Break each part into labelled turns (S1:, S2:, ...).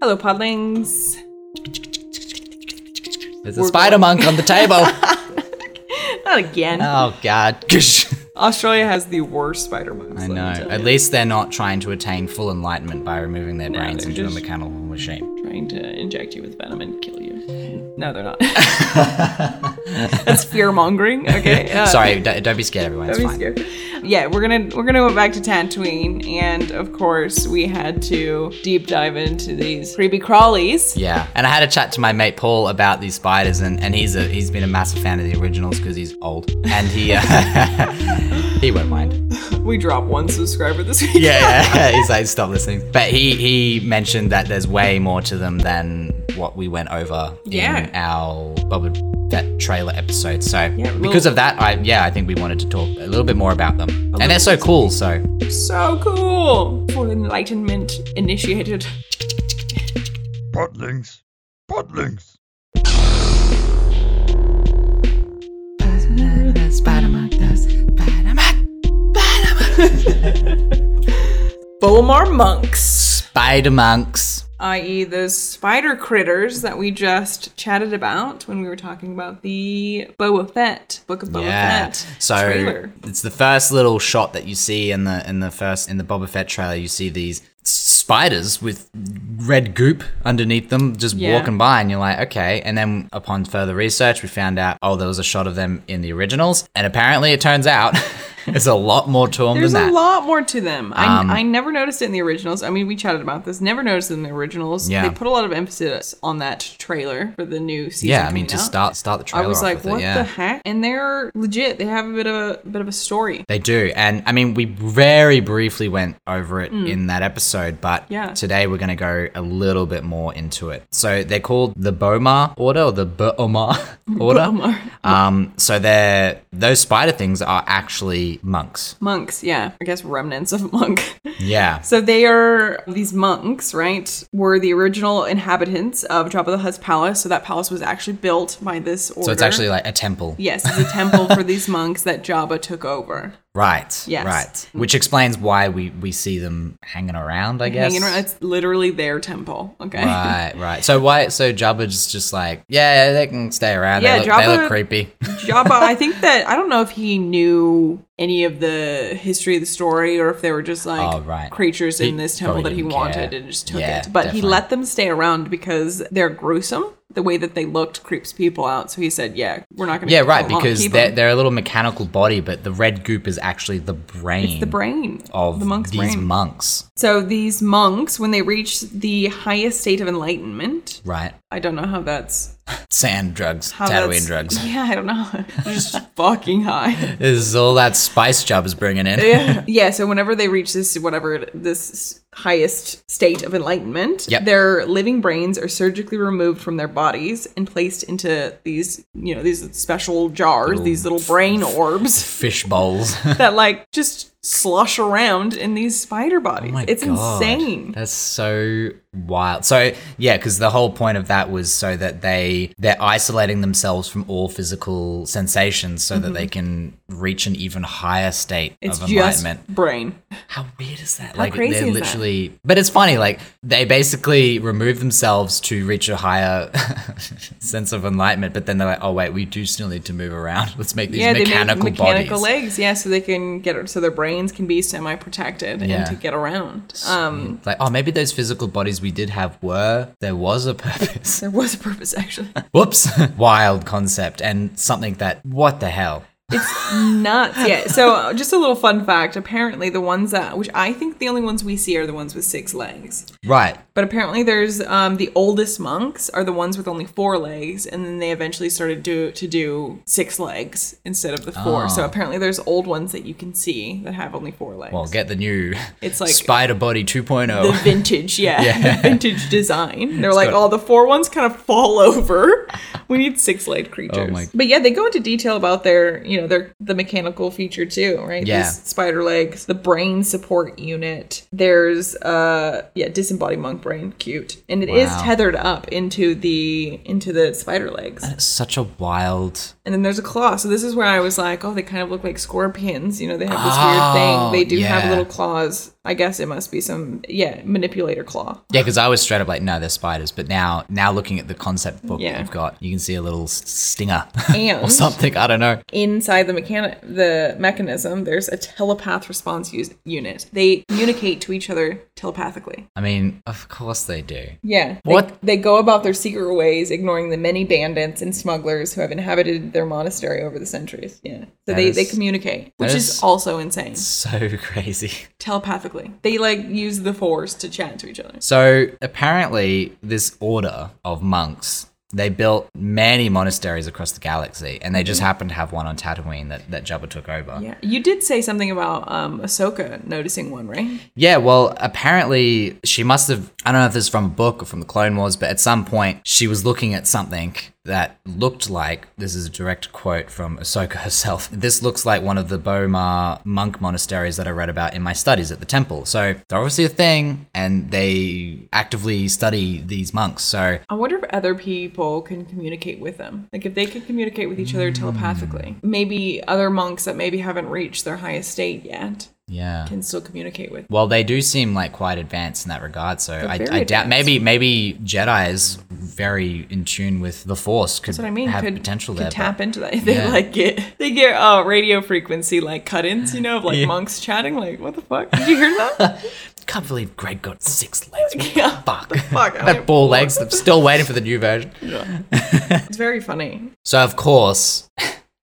S1: Hello, podlings.
S2: There's a spider monk on the table.
S1: Not again.
S2: oh god.
S1: Australia has the worst spider monks.
S2: I
S1: let me
S2: know.
S1: tell
S2: At
S1: you.
S2: least they're not trying to attain full enlightenment by removing their brains
S1: they're
S2: into
S1: just-
S2: a mechanical machine.
S1: Trying to inject you with venom and kill you. No, they're not. That's fear mongering. Okay. Uh,
S2: Sorry, don't, don't be scared, everyone. It's
S1: Don't be
S2: fine.
S1: scared. Yeah, we're gonna we're gonna go back to Tatooine, and of course we had to deep dive into these creepy crawlies.
S2: Yeah, and I had a chat to my mate Paul about these spiders, and, and he's a he's been a massive fan of the originals because he's old, and he uh, he won't mind.
S1: We dropped one subscriber this week.
S2: Yeah, yeah, he's like stop listening. But he he mentioned that there's way more to them than what we went over
S1: Yeah.
S2: in our Boba Fett trailer episode. So
S1: well-
S2: because of that, I yeah, I think we wanted to talk a little bit more about them, and they're so cool. So
S1: So cool. Full enlightenment initiated.
S3: Podlings. Podlings.
S1: Bolmar monks.
S2: spider monks.
S1: i.e., those spider critters that we just chatted about when we were talking about the Boba Fett book of Boba
S2: Yeah.
S1: Fett
S2: So
S1: trailer.
S2: it's the first little shot that you see in the in the first in the Boba Fett trailer. You see these spiders with red goop underneath them just
S1: Yeah.
S2: walking by, and you're like, okay. And then upon further research, we found out oh, there was a shot of them in the originals, and apparently it turns out there's a lot more to them
S1: There's
S2: than
S1: a
S2: that.
S1: lot more to them. I,
S2: Um,
S1: I never noticed it in the originals. I mean, we chatted about this. Never noticed it in the originals.
S2: Yeah.
S1: They put a lot of emphasis on that trailer for the new season.
S2: yeah, I
S1: coming
S2: mean to
S1: out.
S2: start start the trailer.
S1: I was
S2: off
S1: like,
S2: with
S1: what
S2: it, yeah.
S1: the heck? And they're legit. They have a bit of a bit of a story.
S2: They do. And I mean, we very briefly went over it in that episode, but
S1: Mm. Yeah.
S2: today we're going to go a little bit more into it. So they're called the Bomar Order or the Bomar Order.
S1: Bomar.
S2: um, so they're, those spider things are actually monks.
S1: Monks, yeah. I guess remnants of monk.
S2: Yeah.
S1: So they are these monks, right? Were the original inhabitants of Jabba the Hutt's palace. So that palace was actually built by this order.
S2: So it's actually like a temple.
S1: yes, it's a temple for these monks that Jabba took over.
S2: Right.
S1: Yes. Mm.
S2: Right. Which explains why we, we see them hanging around, I guess.
S1: Hanging around, it's literally their temple. Okay.
S2: Right, right. So why? So Jabba's just like, yeah, they can stay around.
S1: Yeah,
S2: they, look, they
S1: Jabba-
S2: look creepy.
S1: Jabba, I think that I don't know if he knew any of the history of the story or if they were just like
S2: Oh, right.
S1: creatures in
S2: He
S1: this temple that
S2: probably
S1: he
S2: didn't
S1: wanted
S2: care.
S1: and just took
S2: Yeah,
S1: it. But he
S2: definitely.
S1: let them stay around because they're gruesome. The way that they looked creeps people out. So he said, "Yeah, we're not going to."
S2: Yeah, right. Because they're, they're a little mechanical body, but the red goop is actually the brain.
S1: the brain
S2: of
S1: the monk's
S2: these
S1: brain.
S2: monks,
S1: so these monks, when they reach the highest state of enlightenment,
S2: right?
S1: I don't know how that's
S2: Sand drugs,
S1: how
S2: Tatooine
S1: that's-
S2: drugs.
S1: Yeah, I don't know. They're just fucking high.
S2: This is all that spice Jabba's bringing in.
S1: yeah. yeah, so whenever they reach this whatever it- this highest state of enlightenment,
S2: Yep.
S1: their living brains are surgically removed from their bodies and placed into these, you know, these special jars, these little brain orbs
S2: Fish bowls. Oh
S1: that like just slosh around in these spider bodies.
S2: Oh my
S1: it's
S2: God.
S1: insane.
S2: That's so wild. So yeah, because the whole point of that was so that they they're isolating themselves from all physical sensations, so that they can reach an even higher state
S1: Mm-hmm. It's
S2: of
S1: just
S2: enlightenment.
S1: brain.
S2: How weird is that? like
S1: crazy
S2: they're
S1: is that?
S2: literally But it's funny, like they basically remove themselves to reach a higher sense of enlightenment, but then they're like, Oh wait, we do still need to move around. Let's make these
S1: Yeah,
S2: mechanical,
S1: they make mechanical
S2: bodies.
S1: legs, yeah, so they can get so their brains can be semi protected
S2: Yeah.
S1: and to get around. Um,
S2: like, oh maybe those physical bodies we did have were there was a purpose.
S1: there was a purpose actually.
S2: Whoops. Wild concept and something that what the hell?
S1: It's nuts. Yeah. So, uh, just a little fun fact. Apparently, the ones that, which I think the only ones we see are the ones with six legs.
S2: Right.
S1: But apparently, there's um, the oldest monks are the ones with only four legs, and then they eventually started do, to do six legs instead of the four. So apparently, there's old ones that you can see that have only four legs.
S2: Well get the new
S1: It's like-
S2: Spider Body oh.
S1: the
S2: 2.0.
S1: vintage, yeah,
S2: Yeah.
S1: the vintage design. They're like,
S2: got-
S1: oh, the four ones kind of fall over. We need six-legged creatures.
S2: Oh my-
S1: But yeah, they go into detail about their, you know, their the mechanical feature too, right?
S2: Yeah.
S1: These spider legs, the brain support unit. There's uh, yeah, disembodied monk brain, cute, and it is
S2: Wow.
S1: tethered up into the into the spider legs,
S2: Such a wild
S1: and then there's a claw. So this is where I was like, oh, they kind of look like scorpions. You know, they have this
S2: Oh,
S1: weird thing. They do have
S2: yeah.
S1: little claws. I guess it must be some yeah manipulator claw.
S2: Yeah, because I was straight up like, no, they're spiders. But now, now looking at the concept book
S1: Yeah.
S2: that you've got, you can see a little s- stinger or
S1: And-
S2: something. I don't know.
S1: Inside the mechanic the mechanism, there's a telepath response use- unit. They communicate to each other telepathically.
S2: I mean, of course they do.
S1: Yeah. They,
S2: What?
S1: They go about their secret ways, ignoring the many bandits and smugglers who have inhabited their monastery over the centuries. Yeah. So
S2: That
S1: they, they
S2: is-
S1: communicate, which
S2: that
S1: is,
S2: is-
S1: also insane.
S2: So crazy.
S1: Telepathically. They like use the force to chat to each other.
S2: So apparently, this order of monks. They built many monasteries across the galaxy, and they just happened to have one on Tatooine that, that Jabba took over.
S1: Mm. Yeah. You did say something about um Ahsoka noticing one, right?
S2: Yeah, well, apparently she must have. I don't know if this is from a book or from the Clone Wars, but at some point she was looking at something that looked like this is a direct quote from Ahsoka herself. This looks like one of the Boma monk monasteries that I read about in my studies at the temple. So they're obviously a thing, and they actively study these monks. So
S1: I wonder if other people can communicate with them. Like if they could communicate with each other
S2: Mm.
S1: telepathically. Maybe other monks that maybe haven't reached their highest state yet
S2: yeah.
S1: can still communicate with.
S2: Well, they do seem like quite advanced in that regard. So I,
S1: very
S2: I doubt
S1: advanced.
S2: maybe maybe Jedi is very in tune with the Force. Could
S1: That's what I mean.
S2: have
S1: could
S2: potential
S1: could
S2: there. but-
S1: tap into that. They
S2: Yeah.
S1: like get they get uh, radio frequency like cut-ins, you know, of like monks chatting. Like what the fuck? Did you hear that?
S2: Can't believe Greg got six legs. What the
S1: Yeah.
S2: fuck?
S1: fuck? I
S2: that
S1: don't-
S2: ball legs. I'm still waiting for the new version.
S1: it's very funny.
S2: So of course,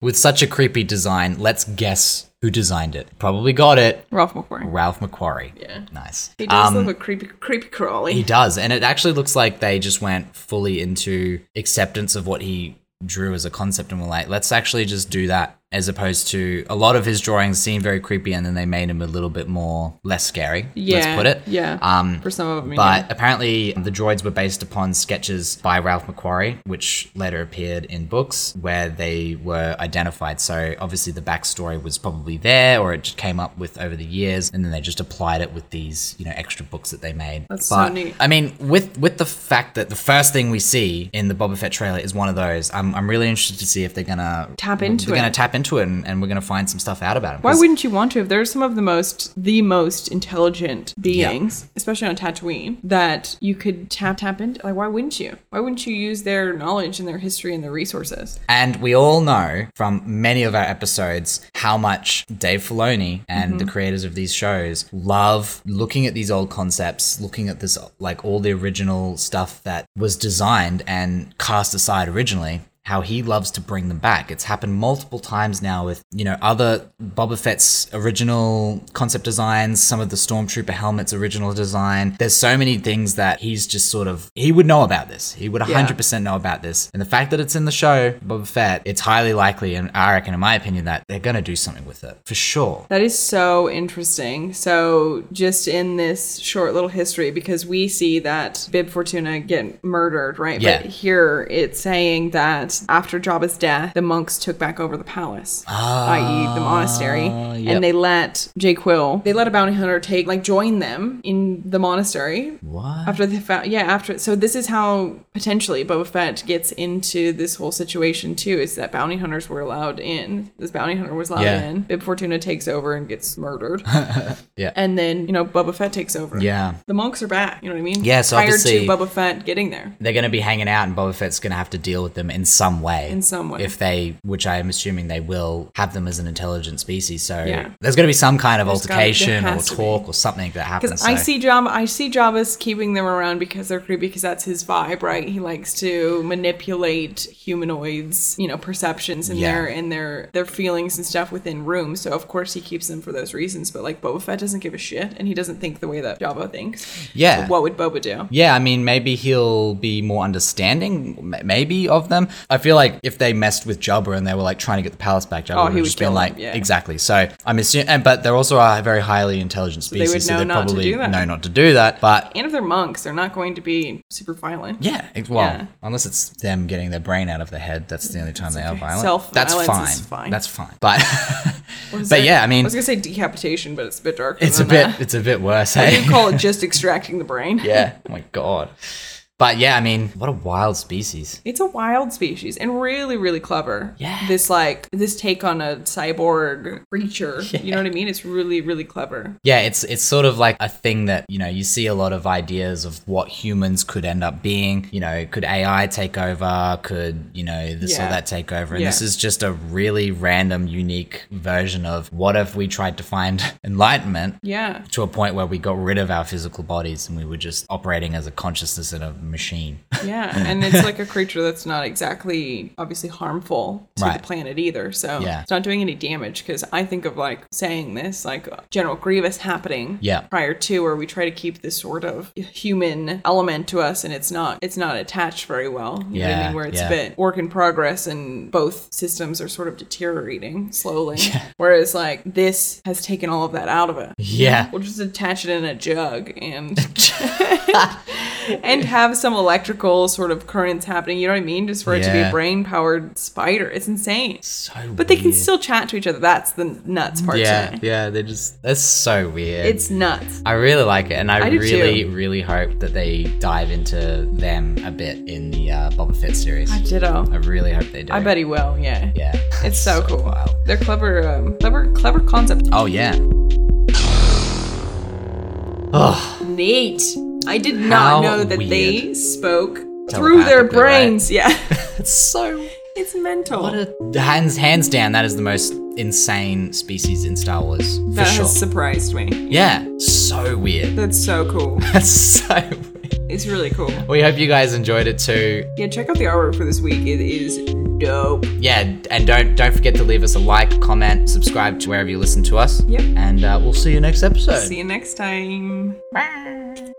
S2: with such a creepy design, let's guess who designed it. Probably got it.
S1: Ralph McQuarrie.
S2: Ralph McQuarrie.
S1: Yeah.
S2: Nice.
S1: He does
S2: Um,
S1: look a creepy creepy
S2: he
S1: crawly.
S2: does, and it actually looks like they just went fully into acceptance of what he drew as a concept, and were like, let's actually just do that. As opposed to a lot of his drawings seem very creepy, and then they made him a little bit more less scary.
S1: Yeah.
S2: Let's put it.
S1: Yeah.
S2: Um,
S1: for some of them.
S2: But apparently, the droids were based upon sketches by Ralph McQuarrie, which later appeared in books where they were identified. So obviously, the backstory was probably there, or it just came up with over the years, and then they just applied it with these, you know, extra books that they made.
S1: That's so
S2: but,
S1: neat.
S2: I mean, with with the fact that the first thing we see in the Boba Fett trailer is one of those, I'm, I'm really interested to see if they're gonna
S1: Tap into
S2: they're gonna
S1: it.
S2: tap into it, and, and we're gonna find some stuff out about him.
S1: Why
S2: 'Cause-
S1: wouldn't you want to? If they're some of the most, the most intelligent beings, especially on Tatooine, that you could tap tap into. Like, why wouldn't you? Why wouldn't you use their knowledge and their history and their resources?
S2: And we all know from many of our episodes how much Dave Filoni and the creators of these shows love looking at these old concepts, looking at this, like all the original stuff that was designed and cast aside originally. How he loves to bring them back. It's happened multiple times now with, you know, other Boba Fett's original concept designs, some of the Stormtrooper helmets' original design. There's so many things that he's just sort of, he would know about this. He would 100% percent know about this. And the fact that it's in the show, Boba Fett, it's highly likely, and I reckon, in my opinion, that they're going to do something with it for sure.
S1: That is so interesting. So, just in this short little history, because we see that Bib Fortuna get murdered, right?
S2: Yeah.
S1: But here it's saying that after Jabba's death, the monks took back over the palace, i.e., the monastery,
S2: Ah, yep.
S1: and they let Jay Quill, they let a bounty hunter take, like, join them in the monastery.
S2: What?
S1: After they found, yeah, after so this is how potentially Boba Fett gets into this whole situation too. Is that bounty hunters were allowed in? This bounty hunter was allowed
S2: Yeah.
S1: in. Bib Fortuna takes over and gets murdered.
S2: Yeah.
S1: and then you know Boba Fett takes over.
S2: Yeah.
S1: the monks are back. You know what I mean?
S2: Yeah, so
S1: prior to
S2: obviously-
S1: Boba Fett getting there.
S2: They're going to be hanging out, and Boba Fett's going to have to deal with them in some way.
S1: In some way.
S2: If they, which I am assuming they will, have them as an intelligent species. So
S1: Yeah.
S2: there's going to be some kind of
S1: gotta- there
S2: altercation or
S1: has to be.
S2: talk or something that happens.
S1: Because I
S2: so-
S1: see Jabba, I see Jabba's keeping them around because they're creepy. Because that's his vibe, right? He likes to manipulate humanoids, you know, perceptions and
S2: Yeah.
S1: their and their their feelings and stuff within rooms. So of course he keeps them for those reasons. But like Boba Fett doesn't give a shit, and he doesn't think the way that Jabba thinks.
S2: Yeah.
S1: So what would Boba do?
S2: Yeah, I mean, maybe he'll be more understanding, m- maybe of them. I feel like if they messed with Jabba and they were like trying to get the palace back, Jabba
S1: Oh,
S2: would
S1: he
S2: have
S1: would
S2: just been
S1: kill
S2: like,
S1: him, yeah.
S2: exactly. So I'm assuming, and, but they're also a very highly intelligent
S1: they would
S2: species, so
S1: know
S2: they
S1: not to
S2: probably
S1: do that.
S2: know not to do that. But
S1: And if they're monks, they're not going to be super violent.
S2: yeah, it- well,
S1: Yeah.
S2: unless it's them getting their brain out of their head, that's the only time they are violent.
S1: Self-violence
S2: that's fine.
S1: is fine.
S2: That's fine. But
S1: What is
S2: but
S1: it?
S2: yeah, I mean,
S1: I was gonna say decapitation, but it's a bit darker.
S2: it's a
S1: than
S2: bit
S1: That.
S2: it's a bit worse. eh?
S1: You
S2: Hey?
S1: call it just extracting the brain.
S2: yeah. Oh my god. But yeah, I mean, what a wild species.
S1: It's a wild species and really, really clever.
S2: Yeah.
S1: This like this take on a cyborg creature. You know what I mean? It's really, really clever.
S2: Yeah, it's it's sort of like a thing that, you know, you see a lot of ideas of what humans could end up being. You know, could AI take over? Could, you know, this
S1: Yeah.
S2: or that take over? And
S1: Yeah.
S2: this is just a really random, unique version of what if we tried to find enlightenment
S1: Yeah.
S2: to a point where we got rid of our physical bodies and we were just operating as a consciousness in a machine.
S1: Yeah. And it's like a creature that's not exactly obviously harmful to
S2: Right.
S1: the planet either. So
S2: Yeah.
S1: it's not doing any damage because I think of like saying this, like uh, General Grievous happening
S2: Yeah.
S1: prior to where we try to keep this sort of human element to us and it's not it's not attached very well. You know what I
S2: Yeah,
S1: mean? Where it's
S2: yeah.
S1: a bit work in progress and both systems are sort of deteriorating slowly. Whereas like this has taken all of that out of it.
S2: Yeah.
S1: We'll just attach it in a jug and and have some electrical sort of currents happening. You know what I mean? Just for it to be
S2: Yeah.
S1: a brain powered spider. It's insane.
S2: So
S1: But they can still chat to each other. That's the nuts part.
S2: Yeah,
S1: Yeah,
S2: yeah, they just that's so weird.
S1: it's nuts.
S2: I really like it, and I,
S1: I do
S2: really, really hope that they dive into them a bit in the uh, Boba Fett series. I,
S1: Ditto.
S2: really hope they do.
S1: I bet he will. Yeah,
S2: Yeah,
S1: it's so, cool.
S2: wild.
S1: They're clever, um, clever, clever concept.
S2: Oh yeah. Oh,
S1: Neat. I did
S2: How
S1: not know that they spoke through
S2: Telepathically,
S1: their
S2: right?
S1: brains. Yeah,
S2: it's so.
S1: it's mental.
S2: What a hands hands down, that is the most insane species in Star Wars for
S1: that
S2: sure.
S1: has surprised me.
S2: yeah, so weird.
S1: That's so cool.
S2: That's so. weird.
S1: It's really cool.
S2: We hope you guys enjoyed it too.
S1: Yeah, check out the artwork for this week. It is dope.
S2: yeah and don't don't forget to leave us a like comment subscribe to wherever you listen to us
S1: Yep.
S2: and uh, we'll see you next episode
S1: See you next time.
S2: Bye.